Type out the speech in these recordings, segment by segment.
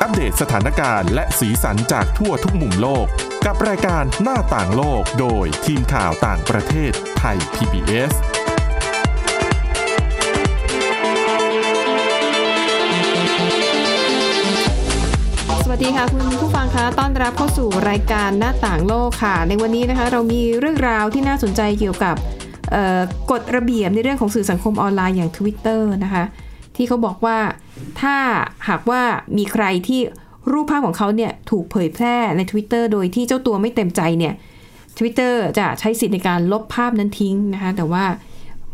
อัปเดตสถานการณ์และสีสันจากทั่วทุกมุมโลก กับรายการหน้าต่างโลกโดยทีมข่าวต่างประเทศไทย PBS สวัสดีค่ะคุณผู้ฟังคะต้อนรับเข้าสู่รายการหน้าต่างโลกค่ะ ในวันนี้นะคะเรามีเรื่องราวที่น่าสนใจเกี่ยวกับเอ่อกฎระเบียบในเรื่องของสื่อสังคมออนไลน์อย่าง Twitter นะคะ ที่เขาบอกว่าถ้าหากว่ามีใครที่รูปภาพของเขาเนี่ยถูกเผยแพร่ใน Twitter โดยที่เจ้าตัวไม่เต็มใจเนี่ย Twitter จะใช้สิทธิ์ในการลบภาพนั้นทิ้งนะคะ แต่ว่า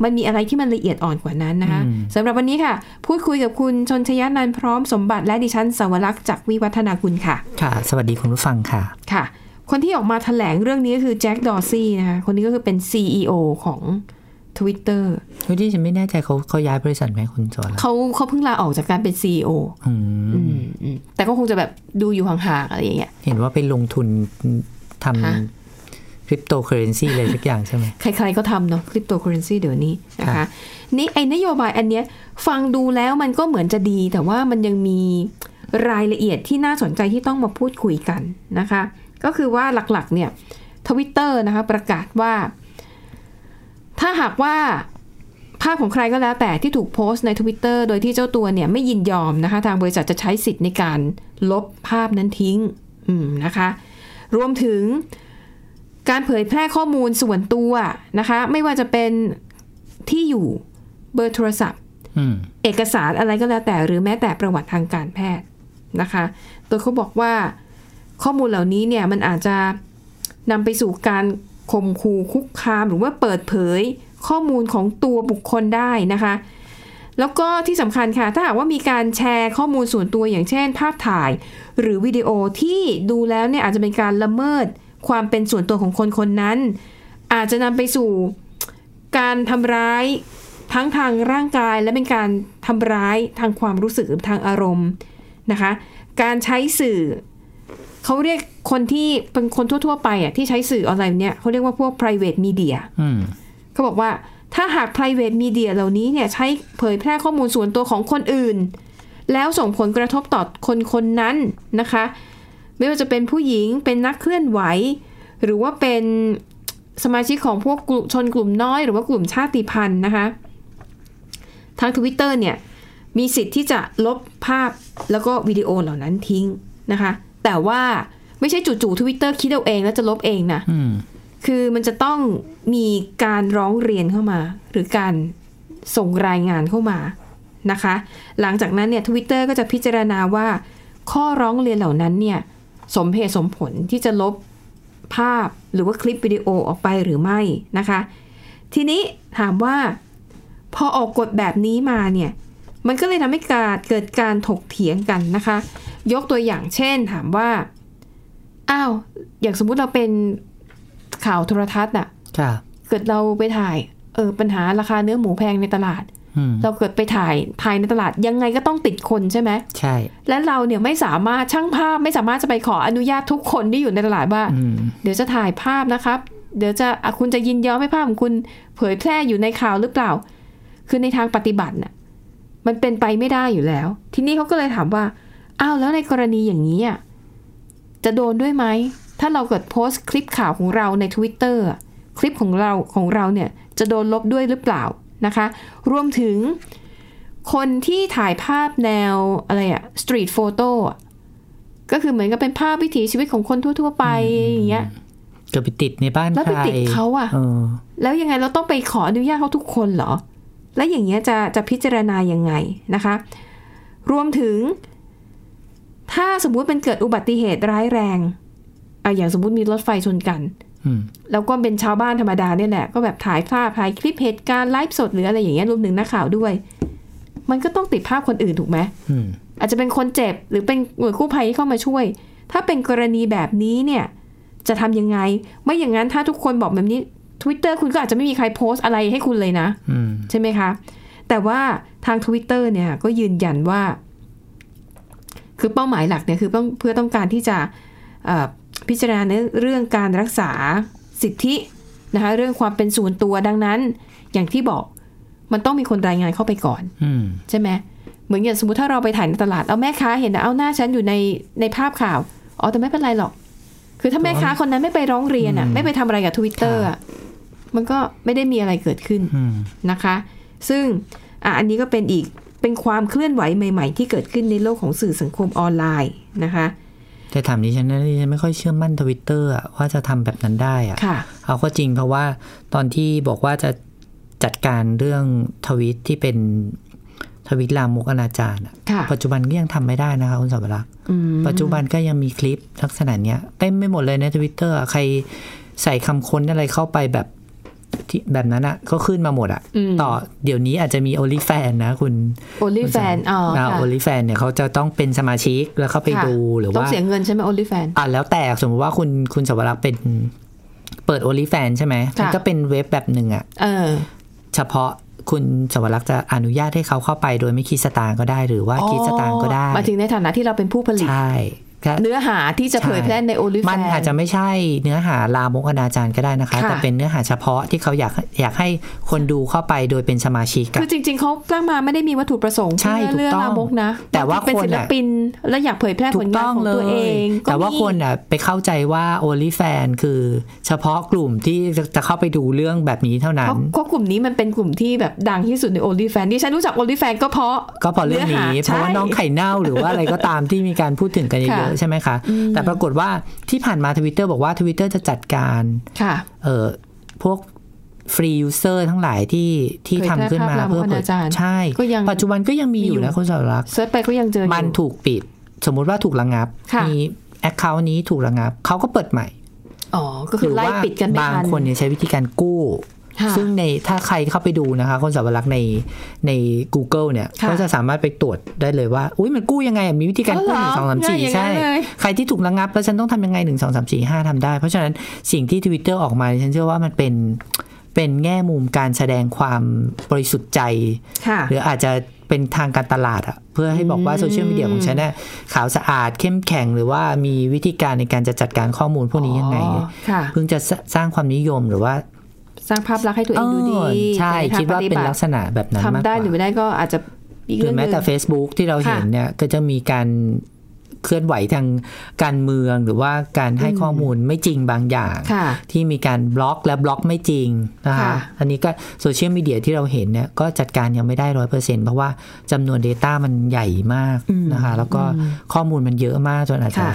มันมีอะไรที่มันละเอียดอ่อนกว่านั้นนะคะสำหรับวันนี้ค่ะ พูดคุยกับคุณชนชยานันท์พร้อมสมบัติและดิฉันสาวรักษ์จากวิวัฒนาคุณค่ะ ค่ะ สวัสดีคุณผู้ฟังค่ะ ค่ะ คนที่ออกมาถแถลงเรื่องนี้ก็คือแจ็คดอร์ซี่นะคะคนนี้ก็คือเป็น CEO ของ Twitter เฮ้ยที่ฉันไม่แน่ใจเขาเขาย้ายบริษัทไหมคุณโจละ เขาเขาเพิ่งลาออกจากการเป็น CEO อืม อืมอืมแต่ก็คงจะแบบดูอยู่ห่างๆอะไรอย่างเงี้ย เห็นว่าไปลงทุนท ฮะ ำคริปโตเคอเรนซีอะไรสักอย่าง ใช่ไหม ใครๆก็ทำเนาะคริปโตเคอเรนซีเดี๋ยวนี้นะ ครั คะ บ นี่ไอ้นโยบายอันเนี้ยฟังดูแล้วมันก็เหมือนจะดี แต่ว่ามันยังมีรายละเอียดที่น่าสนใจที่ต้องมาพูดคุยกันนะคะ ก็คือว่าหลักๆเนี่ยทวิตเตอร์นะคะประกาศว่า ถ้าหากว่าภาพของใครก็แล้วแต่ที่ถูกโพสต์ใน Twitter โดยที่เจ้าตัวเนี่ยไม่ยินยอมนะคะ ทางบริษัทจะใช้สิทธิ์ในการลบภาพนั้นทิ้งอืมนะคะ รวมถึง การเผยแพร่ข้อมูลส่วนตัวนะคะ ไม่ว่าจะเป็นที่อยู่เบอร์โทรศัพท์ อืม เอกสารอะไรก็แล้วแต่หรือแม้แต่ประวัติทางการแพทย์นะคะโดยเขาบอกว่าข้อมูลเหล่านี้เนี่ยมันอาจจะนำไปสู่การข่มขู่คุกคาม หรือว่าเปิดเผยข้อมูลของตัวบุคคลได้นะคะ แล้วก็ที่สำคัญค่ะ ถ้าหากว่ามีการแชร์ข้อมูลส่วนตัวอย่างเช่น ภาพถ่าย หรือวิดีโอที่ดูแล้วเนี่ยอาจจะเป็นการละเมิดความเป็นส่วนตัวของคนคนนั้น อาจจะนำไปสู่การทำร้าย ทั้งทางร่างกายและเป็นการทำร้ายทางความรู้สึกหรือทางอารมณ์นะคะ การใช้สื่อ เขาเรียกคนที่เป็นคนทั่ว ๆ ไปอ่ะที่ใช้สื่อออนไลน์เนี่ยเขาเรียกว่าพวก private media อืม เขาบอกว่าถ้าหาก private media เหล่านี้เนี่ยใช้เผยแพร่ข้อมูลส่วนตัวของคนอื่น แล้วส่งผลกระทบต่อคนคนนั้นนะคะ ไม่ว่าจะเป็นผู้หญิงเป็นนักเคลื่อนไหว หรือว่าเป็นสมาชิกของพวกกลุ่มชนกลุ่มน้อย หรือว่ากลุ่มชาติพันธุ์นะคะ ทาง Twitter เนี่ยมีสิทธิ์ที่จะลบภาพแล้วก็วิดีโอเหล่านั้นทิ้งนะคะ แต่ว่าไม่ใช่จู่ๆ Twitter คิดเอาเองแล้วจะลบเองนะ อืม คือมันจะต้องมีการร้องเรียนเข้ามา หรือการส่งรายงานเข้ามานะคะ หลังจากนั้นเนี่ยทวิตเตอร์ก็จะพิจารณาว่า ข้อร้องเรียนเหล่านั้นเนี่ยสมเหตุสมผลที่จะลบภาพหรือว่าคลิปวิดีโอออกไปหรือไม่นะคะ ทีนี้ถามว่าพอออกกฎแบบนี้มาเนี่ยมันก็เลยทำให้การเกิดการถกเถียงกันนะคะ ยกตัวอย่างเช่นถามว่าอ้าวอย่างสมมุติเราเป็น ข่าวโทรทัศน์น่ะ ค่ะ เกิดเราไปถ่าย เออปัญหาราคาเนื้อหมูแพงในตลาด อืม เราเกิดไปถ่ายถ่ายในตลาดยังไงก็ต้องติดคนใช่ไหม ใช่ และเราเนี่ยไม่สามารถช่างภาพไม่สามารถจะไปขออนุญาตทุกคนที่อยู่ในตลาดว่า อืม เดี๋ยวจะถ่ายภาพนะครับ เดี๋ยวจะอ่ะคุณจะยินยอมให้ภาพของคุณเผยแพร่อยู่ในข่าวหรือเปล่า คือในทางปฏิบัติน่ะมันเป็นไปไม่ได้อยู่แล้ว ทีนี้เขาก็เลยถามว่า อ้าวแล้วในกรณีอย่างนี้อ่ะจะโดนด้วยไหม ถ้าเราเกิดโพสต์คลิปข่าวของเราใน Twitter อ่ะคลิปของเราของเราเนี่ยจะโดนลบด้วยหรือเปล่านะคะ รวมถึงคนที่ถ่ายภาพแนวอะไรอะสตรีทโฟโต้ก็คือเหมือนกับเป็นภาพวิถีชีวิตของคนทั่ว ๆ ไปอย่างเงี้ย เกิดไปติดในบ้าน แล้ว ใค ไป ร ติดเขาอะ เออ แล้วยังไงเราต้องไปขออนุญาตเขาทุกคนเหรอ แล้วอย่างเงี้ยจะจะพิจารณายังไงนะคะ รวมถึง ถ้าสมมุติเป็นเกิดอุบัติเหตุร้ายแรงอ่ะอย่างสมมุติมีรถไฟชนกัน อืม แล้วก็เป็นชาวบ้านธรรมดาเนี่ยแหละ ก็แบบถ่ายภาพถ่ายคลิปเหตุการณ์ไลฟ์สดหรืออะไรอย่างเงี้ยรวมถึงนักข่าวด้วย มันก็ต้องติดภาพคนอื่นถูกไหม อืม อาจจะเป็นคนเจ็บหรือเป็นหน่วยกู้ภัยที่เข้ามาช่วย ถ้าเป็นกรณีแบบนี้เนี่ย จะทำยังไง ไม่อย่างนั้นถ้าทุกคนบอกแบบนี้ Twitter คุณก็อาจจะไม่มีใครโพสต์อะไรให้คุณเลยนะ อืม ใช่ไหมคะ แต่ว่าทาง Twitter เนี่ยก็ยืนยันว่า คือเป้าหมายหลักเนี่ยคือต้องเพื่อต้องการที่จะเอ่อพิจารณาเรื่องการรักษาสิทธินะคะเรื่องความเป็นส่วนตัวดังนั้น อย่างที่บอกมันต้องมีคนรายงานเข้าไปก่อน อืม ใช่ไหม เหมือนอย่างสมมติถ้าเราไปถ่ายในตลาด เอาแม่ค้าเห็นนะเอาหน้าฉันอยู่ในในภาพข่าว อ๋อแต่ไม่เป็นไรหรอก คือถ้าแม่ค้าคนนั้นไม่ไปร้องเรียนอ่ะ อืม ไม่ไปทำอะไรกับทวิตเตอร์อ่ะมันก็ไม่ได้มีอะไรเกิดขึ้น อืม นะคะ ซึ่งอ่ะอันนี้ก็เป็นอีกเป็นความเคลื่อนไหวใหม่ ๆ ที่เกิดขึ้นในโลกของสื่อสังคมออนไลน์นะคะ แต่ถามดิฉันนะดิฉันไม่ค่อยเชื่อมั่นทวิตเตอร์ว่าจะทำแบบนั้นได้อะ ค่ะ เอาก็จริงเพราะว่าตอนที่บอกว่าจะจัดการเรื่องทวิตที่เป็นทวิตลามกอนาจารอะ ค่ะ ปัจจุบันก็ยังทำไม่ได้นะคะคุณสาวรักษ์ อืม ปัจจุบันก็ยังมีคลิปลักษณะเนี้ยเต็มไม่หมดเลยในทวิตเตอร์ใครใส่คำค้นอะไรเข้าไปแบบที่แบบนั้นอะก็ขึ้นมาหมดอะต่อเดี๋ยวนี้อาจจะมีโอลิแฟนนะคุณ โอลิแฟนอ๋อ อ่า ค่ะ โอลิแฟนเนี่ยเขาจะต้องเป็นสมาชิกแล้วเข้าไป ค่ะ ดูหรือ ต้อ ว่าง เสียเงินใช่ไหมโอลิแฟน อ่าแล้วแต่สมมติว่าคุณคุณสวรักษ์เป็นเปิดโอลิแฟนใช่ไหม ค่ะ มัก็เป็นเว็บแบบหนึ่งอะ เออ เฉพาะคุณสวรักษ์จะอนุญาตให้เขาเข้าไปโดยไม่คิดสตางค์ก็ได้ หรือว่าคิดสตางค์ก็ได้ หมายถึงในฐานะที่เราเป็นผู้ผลิต ใช่ก็ เนื้อหาที่จะเผยแพร่ในโอลิแฟน มันอาจจะไม่ใช่เนื้อหาลามกอนาจารก็ได้นะคะ ค่ะ แต่เป็นเนื้อหาเฉพาะที่เขาอยากอยากให้คนดูเข้าไปโดยเป็นสมาชิกอะ คือจริง ๆเขาตั้งมาไม่ได้มีวัตถุประสงค์ ใช่ เพื่อ ถูก เรื่อง ต้อง ลามกนะ แต่ว่า เป็น คน ศิล น่ะ ปินและอยากเผยแพร่ผ ถู ล ก งาน ต้อง ของ เล ตัวเอย งก็ แต่ว่าคนอ่ะไปเข้าใจว่า OnlyFan คือเฉพาะกลุ่มที่จะจะเข้าไปดูเรื่องแบบนี้เท่านั้ เพ น ราะเพราะกลุ่มนี้มันเป็นกลุ่มที่แบบดังที่สุดในโอลิแฟนดิฉันรู้จักโอลิแฟนก็เพราะ ก็พอเรื่องนี้ ห เพราะว่าน้อง ใช่ ไข่เน่าหรือว่าอะไรก็ตามที่มีการพูดถึงกันเยอะ ค่ะ ๆใช่ไหมคะ แต่ปรากฏว่าที่ผ่านมาทวิตเตอร์บอกว่าทวิตเตอร์จะจัดการ ค่ะ เอ่อพวกฟรียูเซอร์ทั้งหลายที่ที่ เผยแพร่ ทำขึ้นมา ภาพลามก เพื่อเผ อย นาจาร ใช่ ก็ยัง ปัจจุบันก็ยังมีอ มีอยู่ ยู่นะคุณสาวรักษ์ เซิร์ชไปก็ยังเจออยู่ มันถูกปิด สมมุติว่าถูกระงับ ค่ะ มีแอคเคาท์นี้ถูกระงับเขาก็เปิดใหม่ อ๋อ ก็คือไล่ปิดกันไม่ บาง ทัน คนเนี่ยใช้วิธีการกู้ ค่ะ ซึ่งในถ้าใครเข้าไปดูนะคะคนสาวรักษ์ในใน Google เนี่ย ค่ะ ก็จะสามารถไปตรวจได้เลยว่า อุ้ยมันกู้ยังไงมีวิธีการกู้ห อ๋อเหรอนึ่งสองสามสี่ ง่ายอย่างนั้นใช่เลย ใครที่ถูกระงับแล้วฉันต้องทำยังไงหนึ่งสองสามสี่ห้าทำได้ เพราะฉะนั้นสิ่งที่ Twitter ออกมาฉันเชื่อว่ามันเป็นเป็นแง่มุมการแสดงความบริสุทธิ์ใจ ค่ะ หรืออาจจะเป็นทางการตลาดอะเพื่อให้บอกว่าโซเชียลมีเดียของฉันน่ะขาวสะอาดเข้มแข็งหรือว่ามีวิธีการในการจะจัดการข้อมูลพวกนี้ยังไง อ๋อค่ะ เพิ่งจะสรสร้างความนิยมหรือว่า สร้างภาพลักษณ์ให้ตัวเองดูดี เออใช่ นทง คิดว่าเป็ฏินบั ลั ติ กษณะแบบนั้นมาก ทำ ก ได้ ว่า หรือไม่ได้ก็อาจจะอีก หรื เรื่อ อหงแม้ นึ่ง แต่ Facebook ที่เราเห็น ค่ะ เนี่ยก็จะมีการเคลื่อนไหวทางการเมืองหรือว่าการให้ข้อมูลไม่จริงบางอย่าง ค่ะ ที่มีการบล็อกและบล็อกไม่จริงนะคะ ค่ะ อันนี้ก็โซเชียลมีเดียที่เราเห็นเนี่ยก็จัดการยังไม่ได้ร้อยเปอร์เซ็นเพราะว่าจำนวน Data มันใหญ่มากนะคะแล้วก็ข้อมูลมันเยอะมากจนอาจจะ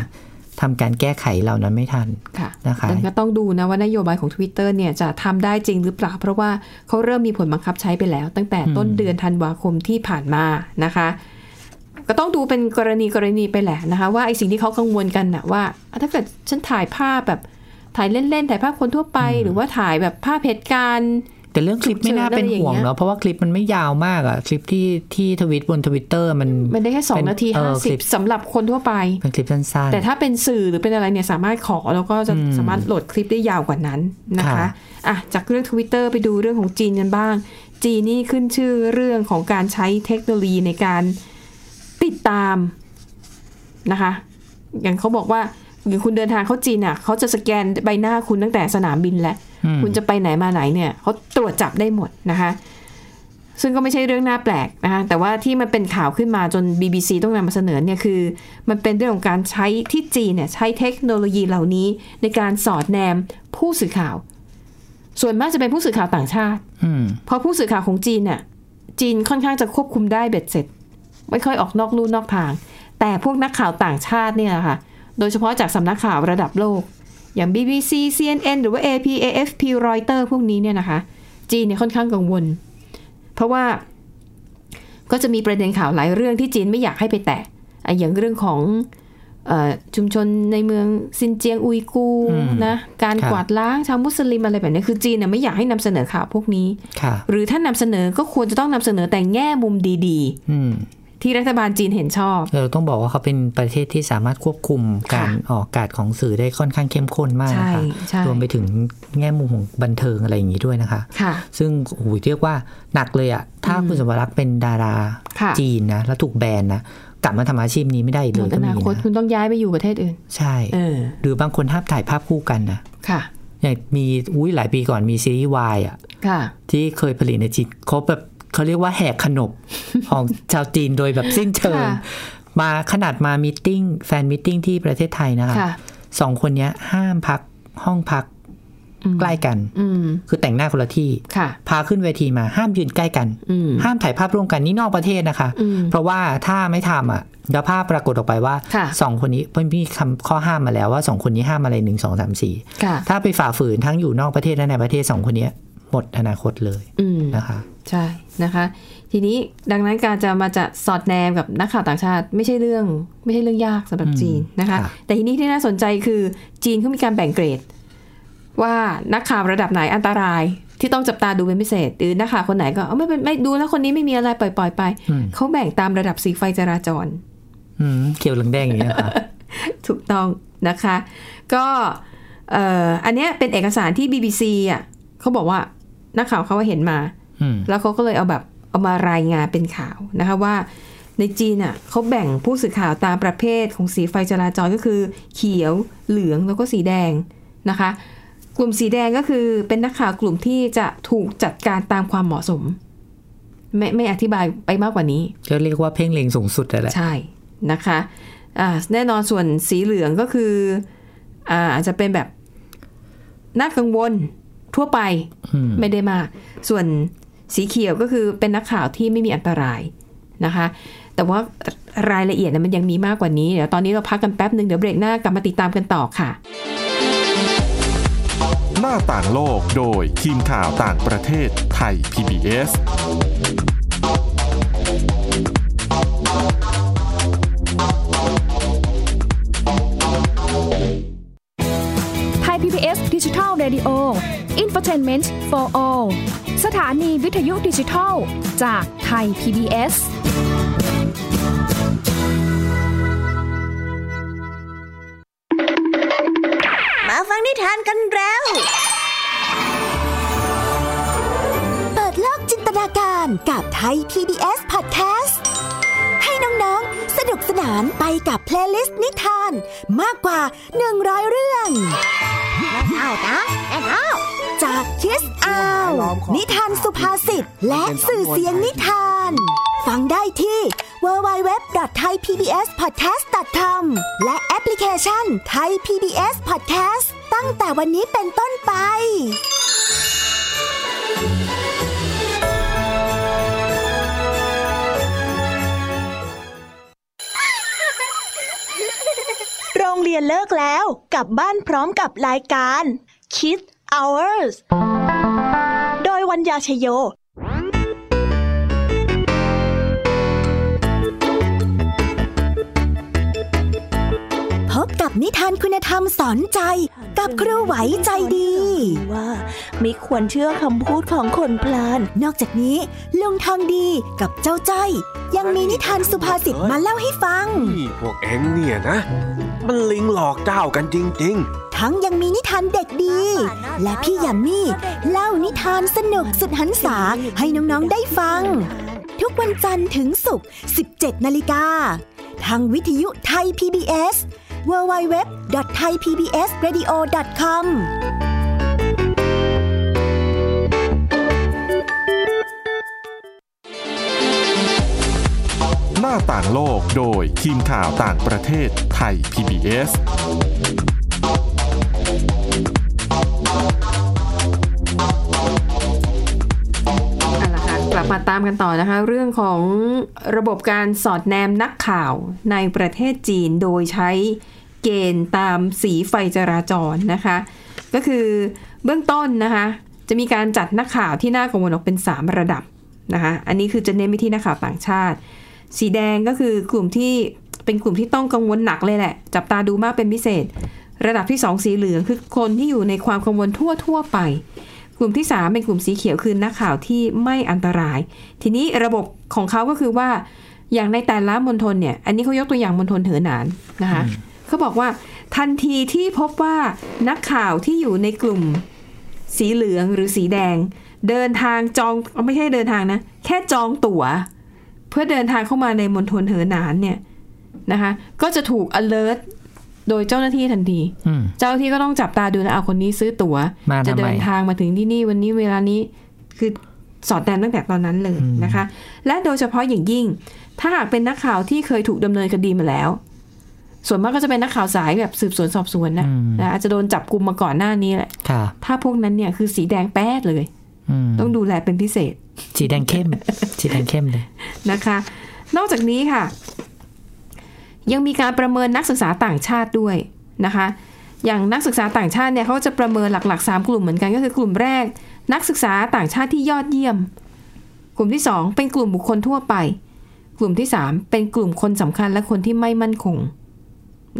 ทำการแก้ไขเหล่านั้นไม่ทัน ค่ะ นะคะ แต่ก็ต้องดูนะว่านโยบายของ Twitter เนี่ยจะทำได้จริงหรือเปล่า เพราะว่าเขาเริ่มมีผลบังคับใช้ไปแล้ว ตั้งแต่ต้นเดือนธันวาคมที่ผ่านมานะคะ ก็ต้องดูเป็นกรณีกรณีไปแหละนะคะ ว่าไอสิ่งที่เขากังวลกันนะว่าอ่ะถ้าเกิดฉันถ่ายภาพแบบถ่ายเล่นๆถ่ายภาพคนทั่วไป หรือว่าถ่ายแบบภาพเหตุการณ์ แต่เรื่องคลิปไม่น่าเป็นห่วงเนาะเพราะว่าคลิปมันไม่ยาวมากอะคลิปที่ที่ทวิตบนทวิตเตอร์มัน มันได้แค่ เป็น 2 นาที เอ่อคลิป 50สำหรับคนทั่วไป เป็นคลิปสั้น แต่ถ้าเป็นสื่อหรือเป็นอะไรเนี่ยสามารถขอแล้วก็จะสามารถโหลดคลิปได้ยาวกว่านั้นนะคะ ค่ะ อ่ะ จากเรื่อง Twitter ไปดูเรื่องของจีนกันบ้าง จีนนี่ขึ้นชื่อเรื่องของการใช้เทคโนโลยีในการติดตามนะคะ อย่างเขาบอกว่าอย่างคุณเดินทางเข้าจีนอ่ะเขาจะสแกนใบหน้าคุณตั้งแต่สนามบินแล้ว ๆอืม คุณจะไปไหนมาไหนเนี่ยเขาตรวจจับได้หมดนะคะ ซึ่งก็ไม่ใช่เรื่องน่าแปลกนะคะแต่ว่าที่มันเป็นข่าวขึ้นมาจน BBC ต้องนำมาเสนอเนี่ยคือ มันเป็นเรื่องของการใช้ที่จีนเนี่ยใช้เทคโนโลยีเหล่านี้ในการสอดแนมผู้สื่อข่าว ส่วนมากจะเป็นผู้สื่อข่าวต่างชาติ อืม เพราะผู้สื่อข่าวของจีนน่ะจีนค่อนข้างจะควบคุมได้เบ็ดเสร็จ ไม่ค่อยออกนอกลู่นอกทาง แต่พวกนักข่าวต่างชาติเนี่ยแหละค่ะ โดยเฉพาะจากสำนักข่าวระดับโลก อย่าง BBC CNN หรือว่า AP AFP Reuters พวกนี้เนี่ยนะคะ จีนเนี่ยค่อนข้างกังวล เพราะว่าก็จะมีประเด็นข่าวหลายเรื่องที่จีนไม่อยากให้ไปแตะอ่ะอย่างเรื่องของเออชุมชนในเมืองซินเจียงอุยกูร์นะการกวาดล้างชาวมุสลิมอะไรแบบเนี้ยคือจีนเนี่ยไม่อยากให้นำเสนอข่าวพวกนี้ ค่ะ หรือถ้านำเสนอก็ควรจะต้องนำเสนอแต่แง่มุมดี อืม ๆ ที่รัฐบาลจีนเห็นชอบ เราต้องบอกว่าเขาเป็นประเทศที่สามารถควบคุมการออกอากาศของสื่อได้ค่อนข้างเข้มข้นมากนะคะ ใช่ใช่ รวมไปถึงแง่มุมของบันเทิงอะไรอย่างนี้ด้วยนะคะ ค่ะ ซึ่งโอ้โหเรียกว่าหนักเลยอะถ้าคุณสมรักษ์เป็นดารา ค่ะ จีนนะแล้วถูกแบนนะกลับมาทำอาชีพนี้ไม่ได้อีก ห เล มด ย อ ก็มี นาคต นะ คุณต้องย้ายไปอยู่ประเทศอื่น ใช่ เออ หรือบางคนห้ามถ่ายภาพคู่กันนะ ค่ะ อย่างมีอุ้ยหลายปีก่อนมีซีรีส์วายอ่ะ ค่ะ ที่เคยผลิตในจีนเขาแบบ เขาเรียกว่าแหกข นบ ของชาวจีนโดยแบบสิ้นเชิง ค่ะ มาขนาดมามีตติ้งแฟนมีตติ้งที่ประเทศไทยนะคะ ค่ะ สองคนเนี้ยห้ามพักห้องพัก อืม ใกล้กัน อืม คือแต่งหน้าคนละที่ ค่ะ พาขึ้นเวทีมาห้ามยืนใกล้กัน อืม ห้ามถ่ายภาพร่วมกันนี่นอกประเทศนะคะ อืม เพราะว่าถ้าไม่ทำอ่ะแล้วภาพปรากฏออกไปว่า ค่ะ สองคนนี้เพิ่นพี่คำข้อห้ามมาแล้วว่าสองคนนี้ห้ามอะไรหนึ่งสองสามสี่ ค่ะ ถ้าไปฝ่าฝืนทั้งอยู่นอกประเทศและในประเทศสองคนเนี้ยหมดอนาคตเลย อืม นะคะ ใช่นะคะ ทีนี้ดังนั้นการจะมาจะสอดแนมกับนักข่าวต่างชาติ ไม่ใช่เรื่องไม่ใช่เรื่องยากสำหรับ อืม จีนนะคะ ค่ะ แต่ทีนี้ที่น่าสนใจคือจีนเขามีการแบ่งเกรด ว่านักข่าวระดับไหนอันตรายที่ต้องจับตาดูเป็นพิเศษหรือนักข่าวคนไหนก็เอาไม่เป็นไม่ดูแล้วคนนี้ไม่มีอะไรปล่อยปล่อยไป อืม เขาแบ่งตามระดับสีไฟจราจร อืมเขียวเหลืองแดงอย่างนี้ยนะคะ ถูกต้องนะคะ ก็เอ่ออันเนี้ยเป็นเอกสารที่ BBC อ่ะเขาบอกว่านักข่าวเขาว่าเห็นมา อืม แล้วเขาก็เลยเอาแบบเอามารายงานเป็นข่าวนะคะว่าในจีนอ่ะเขาแบ่งผู้สื่อข่าวตามประเภทของสีไฟจราจรก็คือ เขียวเหลืองแล้วก็สีแดงนะคะ กลุ่มสีแดงก็คือเป็นนักข่าวกลุ่มที่จะถูกจัดการตามความเหมาะสม ไม่ไม่อธิบายไปมากกว่านี้ ก็เรียกว่าเพ่งเล็งสูงสุดอะแหละ ใช่นะคะอ่าแน่นอนส่วนสีเหลืองก็คืออ่าอาจจะเป็นแบบน่ากังวลทั่วไป อืม ไม่ได้มาก ส่วนสีเขียวก็คือเป็นนักข่าวที่ไม่มีอันตรายนะคะ แต่ว่ารายละเอียดนะมันยังมีมากกว่านี้ เดี๋ยวตอนนี้เราพักกันแป๊บหนึ่งเดี๋ยวเบรกหน้ากลับมาติดตามกันต่อค่ะ หน้าต่างโลกโดยทีมข่าวต่างประเทศไทย PBS ไทย PBS Digital Radio Infotainment for All สถานีวิทยุดิจิทัลจากไทย PBS มาฟังนิทานกันแล้ว เปิดโลกจินตนาการกับไทย PBS Podcast ให้น้องๆ สนุกสนานไปกับเพลย์ลิสต์นิทานมากกว่า 100 เรื่อง เอานะแอนเอา จากคิสอาว นิทานสุภาษิตและสื่อเสียงนิทาน ฟังได้ที่ www.thaipbspodcast.com และแอปพลิเคชัน Thai PBS Podcast ตั้งแต่วันนี้เป็นต้นไป โรงเรียนเลิกแล้วกลับบ้านพร้อมกับรายการ Kids Hours โดยวัญญาชยโย พบกับนิทานคุณธรรมสอนใจ กับครูไหวใจดี ว่าไม่ควรเชื่อคำพูดของคนพลาน นอกจากนี้ลุงทองดีกับเจ้าจ้อยยังมีนิทานสุภาษิตมาเล่าให้ฟัง นี่พวกเอ็งเนี่ยนะ มันลิงหลอกเจ้ากันจริง ทั้งยังมีนิทานเด็กดี และพี่ยามีเล่านิทานสนุกสุดหันษาให้น้องๆได้ฟัง ทุกวันจันทร์ถึงศุกร์ 17 นาฬิกา ทางวิทยุไทย PBS www.thaipbsradio.com หน้าต่างโลกโดยทีมข่าวต่างประเทศไทย PBS เอาละค่ะกลับมาตามกันต่อนะคะ เรื่องของระบบการสอดแนมนักข่าวในประเทศจีนโดยใช้เกณฑ์ตามสีไฟจราจรนะคะ ก็คือเบื้องต้นนะคะ จะมีการจัดนักข่าวที่น่ากังวลออกเป็น 3 ระดับนะคะ อันนี้คือจะเน้นไปที่นักข่าวต่างชาติ สีแดงก็คือกลุ่มที่เป็นกลุ่มที่ต้องกังวลหนักเลยแหละ จับตาดูมากเป็นพิเศษ ระดับที่สองสีเหลืองคือคนที่อยู่ในความกังวลทั่วทั่วๆไป กลุ่มที่ 3 เป็นกลุ่มสีเขียวคือนักข่าวที่ไม่อันตราย ทีนี้ระบบของเขาก็คือว่า อย่างในแต่ละมณฑลเนี่ย อันนี้เขายกตัวอย่างมณฑลเหอหนานนะคะเขาบอกว่าทันทีที่พบว่านักข่าวที่อยู่ในกลุ่มสีเหลืองหรือสีแดง เดินทางจองไม่ใช่เดินทางนะ แค่จองตั๋ว เพื่อเดินทางเข้ามาในมณฑลเหอหนานเนี่ยนะคะ ก็จะถูก alert โดยเจ้าหน้าที่ทันที อืม เจ้าหน้าที่ก็ต้องจับตาดูนะเอาคนนี้ซื้อตั๋ว มาทำไม จะเดินทางมาถึงที่นี่วันนี้เวลานี้ คือ สอดแนมตั้งแต่ตอนนั้นเลยนะคะ และโดยเฉพาะอย่างยิ่ง ถ้าหากเป็นนักข่าวที่เคยถูกดำเนินคดีมาแล้ว ส่วนมากก็จะเป็นนักข่าวสายแบบสืบสวนสอบสวนนะ อืม นะอาจจะโดนจับกลุมมาก่อนหน้านี้แหละ ค่ะ ถ้าพวกนั้นเนี่ยคือสีแดงแป๊ดเลย อืม ต้องดูแลเป็นพิเศษ สีแดง เข้ม สีแดงเข้มเลย นะคะ นอกจากนี้ค่ะ ยังมีการประเมินนักศึกษาต่างชาติด้วยนะคะ อย่างนักศึกษาต่างชาติเนี่ยเขาจะประเมินหลักๆ 3 กลุ่มเหมือนกันก็คือกลุ่มแรก นักศึกษาต่างชาติที่ยอดเยี่ยม กลุ่มที่ 2 เป็นกลุ่มบุคคลทั่วไป กลุ่มที่ 3 เป็นกลุ่มคนสำคัญและคนที่ไม่มั่นคง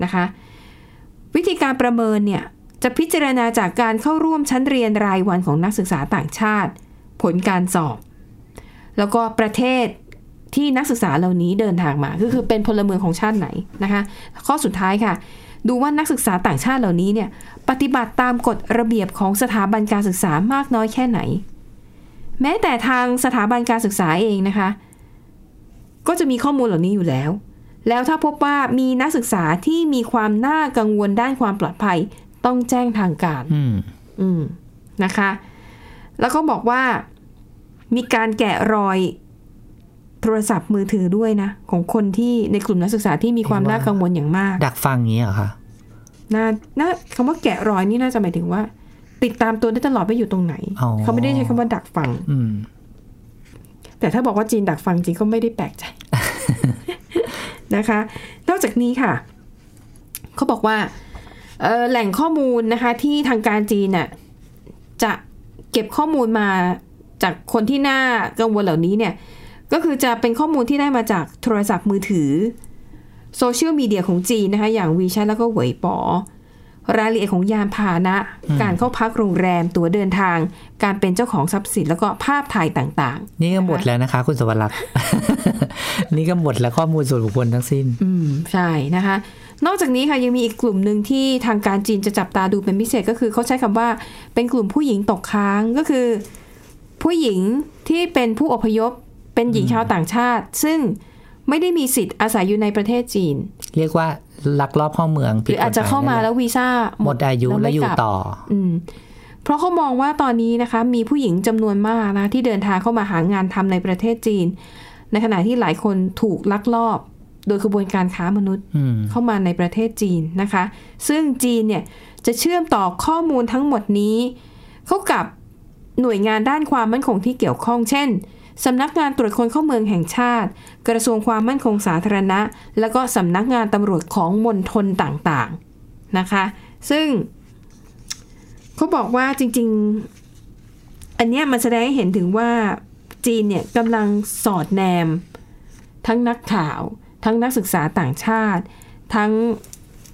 นะคะ วิธีการประเมินเนี่ย จะพิจารณาจากการเข้าร่วมชั้นเรียนรายวันของนักศึกษาต่างชาติ ผลการสอบ แล้วก็ประเทศ ที่นักศึกษาเหล่านี้เดินทางมาก็คือเป็นพลเมืองของชาติไหนนะคะ ข้อสุดท้ายค่ะ ดูว่านักศึกษาต่างชาติเหล่านี้เนี่ยปฏิบัติตามกฎระเบียบของสถาบันการศึกษามากน้อยแค่ไหน แม้แต่ทางสถาบันการศึกษาเองนะคะ ก็จะมีข้อมูลเหล่านี้อยู่แล้ว แล้วถ้าพบว่ามีนักศึกษาที่มีความน่ากังวลด้านความปลอดภัย ต้องแจ้งทางการ อืม อืมนะคะ แล้วก็บอกว่ามีการแกะรอยโทรศัพท์มือถือด้วยนะ ของคนที่ในกลุ่มนักศึกษาที่มีความ เห็นว่า น่ากังวลอย่างมาก ดักฟังอย่างนี้เหรอคะ น่าน่าคำว่าแกะรอยนี่น่าจะหมายถึงว่า ติดตามตัวได้ตลอดว่าอยู่ตรงไหน อ๋อ เขาไม่ได้ใช้คำว่าดักฟัง อืม แต่ถ้าบอกว่าจีนดักฟังจริงก็ไม่ได้แปลกใจ นะคะ นอกจากนี้ค่ะ เขาบอกว่าเอ่อแหล่งข้อมูลนะคะ ที่ทางการจีนน่ะจะเก็บข้อมูลมาจากคนที่น่ากังวลเหล่านี้เนี่ย ก็คือจะเป็นข้อมูลที่ได้มาจากโทรศัพท์มือถือโซเชียลมีเดียของจีนนะคะ อย่างวีแชทแล้วก็เหวยป๋อรายละเอียดของยานพาหนะ การเข้าพักโรงแรมตั๋วเดินทาง การเป็นเจ้าของทรัพย์สินแล้วก็ภาพถ่ายต่างๆ นี่ก็หมดแล้วนะคะ คุณสวรักษ์ นี่ก็หมดแล้วข้อมูลส่วนบุคคลทั้งสิ้น อืมใช่นะคะ นอกจากนี้ค่ะยังมีอีกกลุ่มหนึ่งที่ทางการจีนจะจับตาดูเป็นพิเศษก็คือเขาใช้คำว่าเป็นกลุ่มผู้หญิงตกค้างก็คือ ผู้หญิงที่เป็นผู้อพยพเป็นหญิงชาวต่างชาติ ซึ่งไม่ได้มีสิทธิ์อาศัยอยู่ในประเทศจีน เรียกว่าลักลอบเข้าเมือง หรืออาจจะเข้ามาแล้ววีซ่า หมดอายุ ไม่ แล้วอยู่ กบ ต่อ อืมเพราะเขามองว่าตอนนี้นะคะ มีผู้หญิงจำนวนมากนะที่เดินทางเข้ามาหางานทำในประเทศจีน ในขณะที่หลายคนถูกลักลอบ โดยขบวนการค้ามนุษย์ อืม เข้ามาในประเทศจีนนะคะ ซึ่งจีนเนี่ยจะเชื่อมต่อข้อมูลทั้งหมดนี้ เข้ากับหน่วยงานด้านความมั่นคงที่เกี่ยวข้อง เช่นสำนักงานตรวจคนเข้าเมืองแห่งชาติ กระทรวงความมั่นคงสาธารณะ แล้วก็สำนักงานตำรวจของมณฑลต่างๆนะคะ ซึ่ง เขาบอกว่าจริง ๆ อันเนี้ยมันแสดงให้เห็นถึงว่าจีนเนี่ยกำลังสอดแนม ทั้งนักข่าว ทั้งนักศึกษาต่างชาติ ทั้ง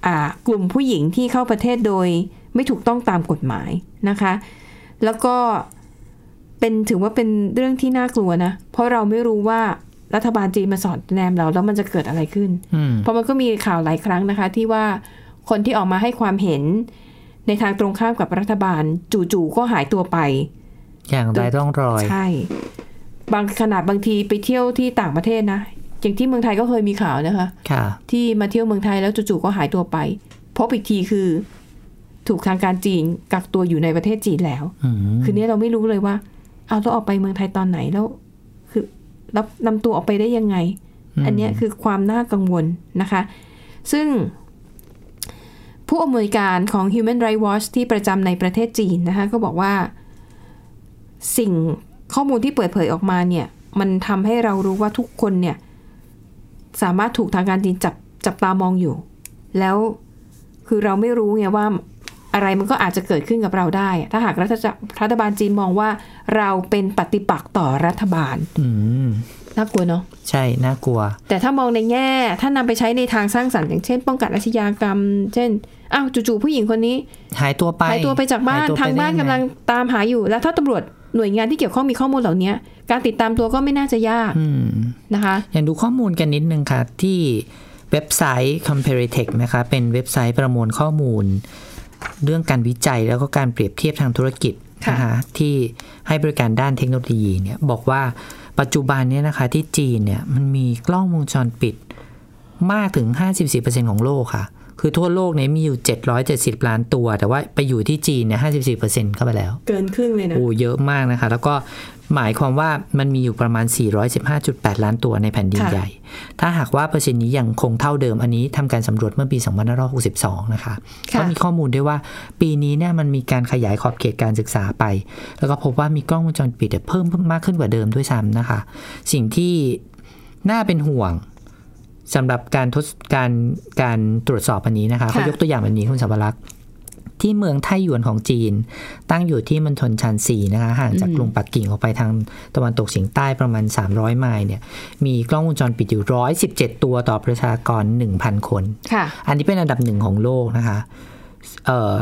อ่ากลุ่มผู้หญิงที่เข้าประเทศโดยไม่ถูกต้องตามกฎหมายนะคะ แล้วก็เป็นถือว่าเป็นเรื่องที่น่ากลัวนะ เพราะเราไม่รู้ว่ารัฐบาลจีนมาสอดแนมเราแล้วมันจะเกิดอะไรขึ้น อืม เพราะมันก็มีข่าวหลายครั้งนะคะ ที่ว่าคนที่ออกมาให้ความเห็น ในทางตรงข้ามกับรัฐบาล จู่ๆก็หายตัวไป อย่างไรต้องรอย ใช่ บางขนาดบางทีไปเที่ยวที่ต่างประเทศนะอย่างที่เมืองไทยก็เคยมีข่าวนะคะ ค่ะ ที่มาเที่ยวเมืองไทยแล้วจู่ๆก็หายตัวไปพบอีกทีคือ ถูกทางการจีนกักตัวอยู่ในประเทศจีนแล้ว อืม คือเนี้ยเราไม่รู้เลยว่า เอาแล้วออกไปเมืองไทยตอนไหนแล้ว คือรับนำตัวออกไปได้ยังไง อืม อันเนี้ยคือความน่ากังวลนะคะ ซึ่ง ผู้อำนวยการของ Human Rights Watch ที่ประจำในประเทศจีนนะคะ ก็บอกว่าสิ่งข้อมูลที่เปิดเผยออกมาเนี่ย มันทำให้เรารู้ว่าทุกคนเนี่ย สามารถถูกทางการจีนจับจับตามองอยู่ แล้วคือเราไม่รู้ไงว่าอะไรมันก็อาจจะเกิดขึ้นกับเราได้ ถ้าหากรัฐจะรัฐบาลจีนมองว่าเราเป็นปฏิปักษ์ต่อรัฐบาล อืม น่ากลัวเนาะ ใช่ น่ากลัว แต่ถ้ามองในแง่ ถ้านำไปใช้ในทางสร้างสรรค์อย่างเช่น ป้องกันอาชญากรรม เช่นอ้าวจู่ๆผู้หญิงคนนี้ หายตัวไป หายตัวไปจากบ้า ห น ยตัวไป ทางบ้าน ได้ กำ ยัไ ลังตามหาอยู่ แล้วถ้าตำรวจหน่วยงานที่เกี่ยวข้องมีข้อมูลเหล่านี้การติดตามตัวก็ไม่น่าจะยาก อืม นะคะ อย่างดูข้อมูลกันนิดนึงค่ะ ที่เว็บไซต์ Comparitech นะคะ เป็นเว็บไซต์ประมวลข้อมูล เรื่องการวิจัยแล้วก็การเปรียบเทียบทางธุรกิจ ค่ะ นะคะที่ให้บริการด้านเทคโนโลยีเนี่ยบอกว่าปัจจุบันเนี่ยนะคะที่จีนเนี่ยมันมีกล้องวงจรปิดมากถึง 54%ของโลกค่ะ คือทั่วโลกเนี่ยมีอยู่ 770 ล้านตัว แต่ว่าไปอยู่ที่จีนเนี่ย54%เข้าไปแล้ว เกินครึ่งเลยนะ โอ้เยอะมากนะคะ แล้วก็หมายความว่ามันมีอยู่ประมาณ 415.8 ล้านตัวในแผ่นดิน ค่ะ ใหญ่ ถ้าหากว่าเปอร์เซ็นต์นี้ยังคงเท่าเดิมอันนี้ทำการสำรวจเมื่อปี 2562 นะคะ ก็มีข้อมูลด้วยว่าปีนี้เนี่ยมันมีการขยายขอบเขตการศึกษาไป แล้วก็พบว่ามีกล้องวงจรปิดเนี่ยเพิ่มมากขึ้นกว่าเดิมด้วยซ้ำนะคะ สิ่งที่น่าเป็นห่วงสำหรับการทดการการตรวจสอบอันนี้นะคะเขายกตัวอย่างแบบนี้คุณสัมภลักษณ์ที่เมืองไทหยวนของจีน ตั้งอยู่ที่มณฑลชานซีนะคะห่างจากกรุงปักกิ่งออกไปทางตะวันตกเฉียงใต้ประมาณ 300 ไมล์เนี่ยมีกล้องวงจรปิดอยู่ 117 ตัวต่อประชากร 1,000 คน ค่ะ อันนี้เป็นอันดับหนึ่งของโลกนะคะ เอ่อ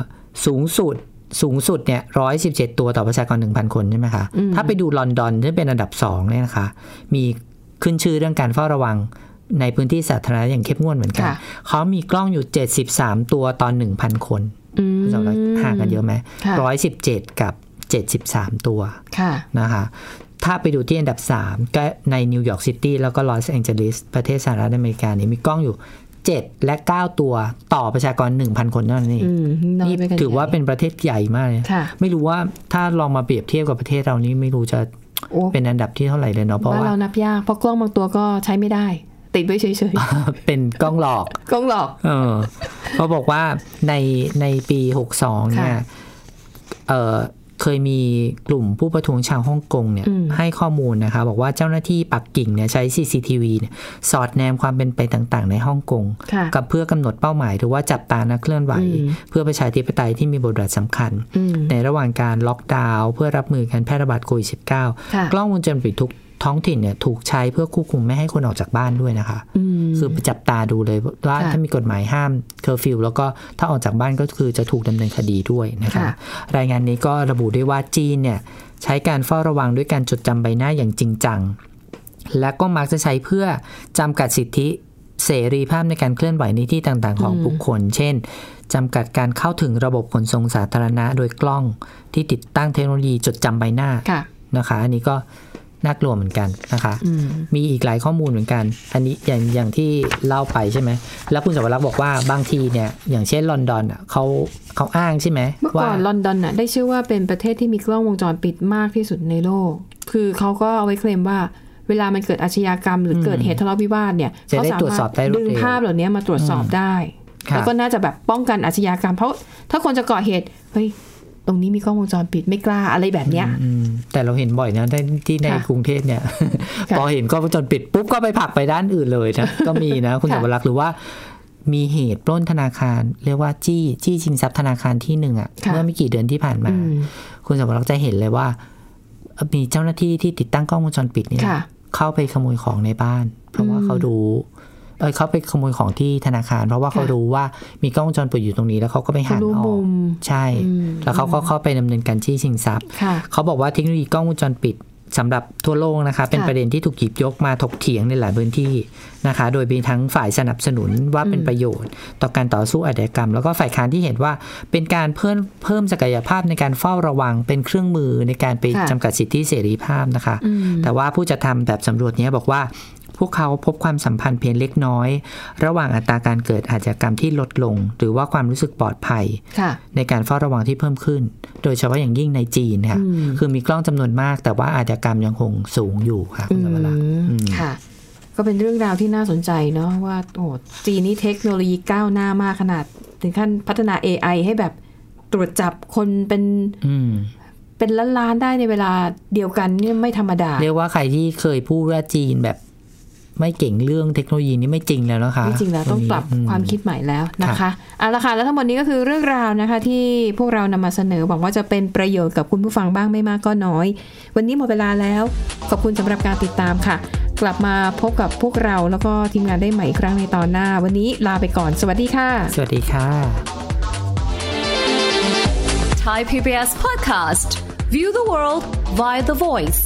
สูงสุดสูงสุดเนี่ยร้อยสิบเจ็ดตัวต่อประชากรหนึ่งพันคนใช่ไหมคะ ถ้าไปดูลอนดอนที่งเป็นอันดับสองเนี่ยนะคะ มีขึ้นชื่อเรื่องการเฝ้าระวังในพื้นที่สาธารณะอย่างเข้มงวดเหมือนกัน ค่ะ เขามีกล้องอยู่ 73 ตัวตอน 1,000 คน อืม สำหรับห่างกันเยอะไหม ค่ะ ร้อยสิบเจ็ดกับ 73 ตัว ค่ะ นะคะถ้าไปดูที่อันดับ 3 ก็ในนิวยอร์กซิตี้แล้วก็ลอสแองเจลิสประเทศสหรัฐอเมริกาเนี่ยมีกล้องอยู่ 7 และ 9 ตัวต่อประชากร 1,000 คนเท่านั้นเอง อืมน้อย นี่ ไปกัน ถือว่าเป็นประเทศใหญ่มากเลย ค่ะ ไม่รู้ว่าถ้าลองมาเปรียบเทียบกับประเทศเรานี่ไม่รู้จะ โอ้ เป็นอันดับที่เท่าไหร่เลยเนาะเพราะ บ้าน ว่า เรา นับยากเพราะกล้องบางตัวก็ใช้ไม่ได้ ติดไว้เฉย เป็นกล้องหลอก ๆ กล้องหลอก เออเขาบอกว่าในในปี 62 เนี่ย ค่ะ เออเคยมีกลุ่มผู้ประท้วงชาวฮ่องกงเนี่ย อืม ให้ข้อมูลนะคะ บอกว่าเจ้าหน้าที่ปักกิ่งเนี่ยใช้ CCTV เนี่ยสอดแนมความเป็นไปต่างๆ ในฮ่องกง ค่ะ กับเพื่อกำหนดเป้าหมายหรือว่าจับตานักเคลื่อนไหว อืม เพื่อประชาธิปไตยที่มีบทบาทสำคัญ อืม ในระหว่างการล็อกดาวน์เพื่อรับมือการแพร่ระบาดโควิด ค่ะ -19 กล้องวงจรปิดทุกท้องถิ่นเนี่ยถูกใช้เพื่อควบคุมไม่ให้คนออกจากบ้านด้วยนะคะ อืม คือจับตาดูเลยว่า ค่ะ ถ้ามีกฎหมายห้ามเคอร์ฟิวแล้วก็ถ้าออกจากบ้านก็คือจะถูกดำเนินคดีด้วยนะคะ ค่ะ รายงานนี้ก็ระบุด้วยว่าจีนเนี่ยใช้การเฝ้าระวังด้วยการจดจำใบหน้าอย่างจริงจัง และก็มักจะใช้เพื่อจำกัดสิทธิเสรีภาพในการเคลื่อนไหวในที่ต่างๆ ของบุคคล เช่นจำกัดการเข้าถึงระบบขนส่งสาธารณะโดยกล้องที่ติดตั้งเทคโนโลยีจดจำใบหน้า ค่ะ นะคะ อันนี้ก็น่ากลัวเหมือนกันนะคะ อืม มีอีกหลายข้อมูลเหมือนกัน อันนี้อย่างอย่างที่เล่าไปใช่ไหม แล้วคุณสวรักษ์บอกว่าบางทีเนี่ย อย่างเช่นลอนดอนอ่ะเขาเขาอ้างใช่ไหม เมื่อก่ ว่า อนลอนดอนน่ะได้ชื่อว่าเป็นประเทศที่มีกล้องวงจรปิดมากที่สุดในโลก คือเขาก็เอาไว้เคลมว่า เวลามันเกิดอาชญากรรม หรือเกิดเหตุทะเลาะวิวาทเนี่ย จะ เขา ได้ สา ตรวจ มาร สอบ ถ ได้รวด ดึง เร็ว ภาพเหล่านี้มาตรวจสอบได้ ครับ แล้วก็น่าจะแบบป้องกันอาชญากรรม เพราะถ้าคนจะก่อเหตุเฮ้ยตรงนี้มีกล้องวงจรปิดไม่กล้าอะไรแบบเนี้ย อืมแต่เราเห็นบ่อยนะได้ที่ใน ค่ะ กรุงเทพเนี่ย ค่ะ พอเห็นกล้องวงจรปิดปุ๊บก็ไปผลักไปด้านอื่นเลย นะ ก็มีนะ คุณ ค่ะ สวรักษ์หรือว่า มีเหตุปล้นธนาคาร เรียกว่าจี้จี้ชิงทรัพย์ธนาคารที่หนึ่งอ่ะ ค่ะ เมื่อไม่กี่เดือนที่ผ่านมา อืม คุณสวรักษ์จะเห็นเลยว่า มีเจ้าหน้าที่ที่ติดตั้งกล้องวงจรปิดเนี่ย ค่ะ เข้าไปขโมยของในบ้าน เพราะว่าเขารู้เอยเขาไปขโมยของที่ธนาคาร เพราะว่าเขารู้ว่ามีกล้องวงจรปิดอยู่ตรงนี้แล้วเขาก็ไป เขา หาร รู้ ออ มุ ก ม ใช่ อืม แล้วเขาก็เข้าไปดำเนินการชี้ชิงทรัพย์ ค่ะ เขาบอกว่าเทคโนโลยีกล้องวงจรปิดสำหรับทั่วโลกนะคะ เป็นประเด็นที่ถูกหยิบยกมาถกเถียงในหลายพื้นที่นะคะ โดยมีทั้งฝ่ายสนับสนุนว่าเป็นประโยชน์ ต่อการต่อสู้อาชญากรรม แล้วก็ฝ่ายค้านที่เห็นว่าเป็นการเพิ่มเพิ่มศักยภาพในการเฝ้าระวังเป็นเครื่องมือในการไป ค่ะ จำกัดสิทธิเสรีภาพนะคะ อืม แต่ว่าผู้จะทำแบบสำรวจเนี้ยบอกว่า พวกเขาพบความสัมพันธ์เพียงเล็กน้อย ระหว่างอัตราการเกิดอาชญากรรมที่ลดลง หรือว่าความรู้สึกปลอดภัย ค่ะ ในการเฝ้าระวังที่เพิ่มขึ้น โดยเฉพาะอย่างยิ่งในจีนค่ะ อืม คือมีกล้องจำนวนมาก แต่ว่าอาชญากรรมยังคงสูงอยู่ค่ะคุณสวรักษ์ อื อื ม ม ค่ะ ก็เป็นเรื่องราวที่น่าสนใจเนาะว่าโอ้โหจีนนี่เทคโนโลยีก้าวหน้ามากขนาด ถึงขั้นพัฒนา AI ให้แบบตรวจจับคนเป็น อืม เป็นล้านล้านๆได้ในเวลาเดียวกันเนี่ยไม่ธรรมดา เรียกว่าใครที่เคยพูดว่าจีนแบบ ไม่เก่งเรื่องเทคโนโลยีนี่ไม่จริงแล้วนะคะ ไม่จริงแล้วต้องปรับ อื ความคิดใหม่แล้วนะคะเอาละค่ะแล้วทั้งหมดนี้ก็คือเรื่องราวนะคะ ที่พวกเรานำมาเสนอหวังว่าจะเป็นประโยชน์กับคุณผู้ฟังบ้างไม่มากก็น้อย วันนี้หมดเวลาแล้ว ขอบคุณสำหรับการติดตามค่ะ กลับมาพบกับพวกเราแล้วก็ทีมงานได้ใหม่อีกครั้งในตอนหน้า วันนี้ลาไปก่อน สวัสดีค่ะ สวัสดีค่ะ Thai PBS podcast. View the world via the voice.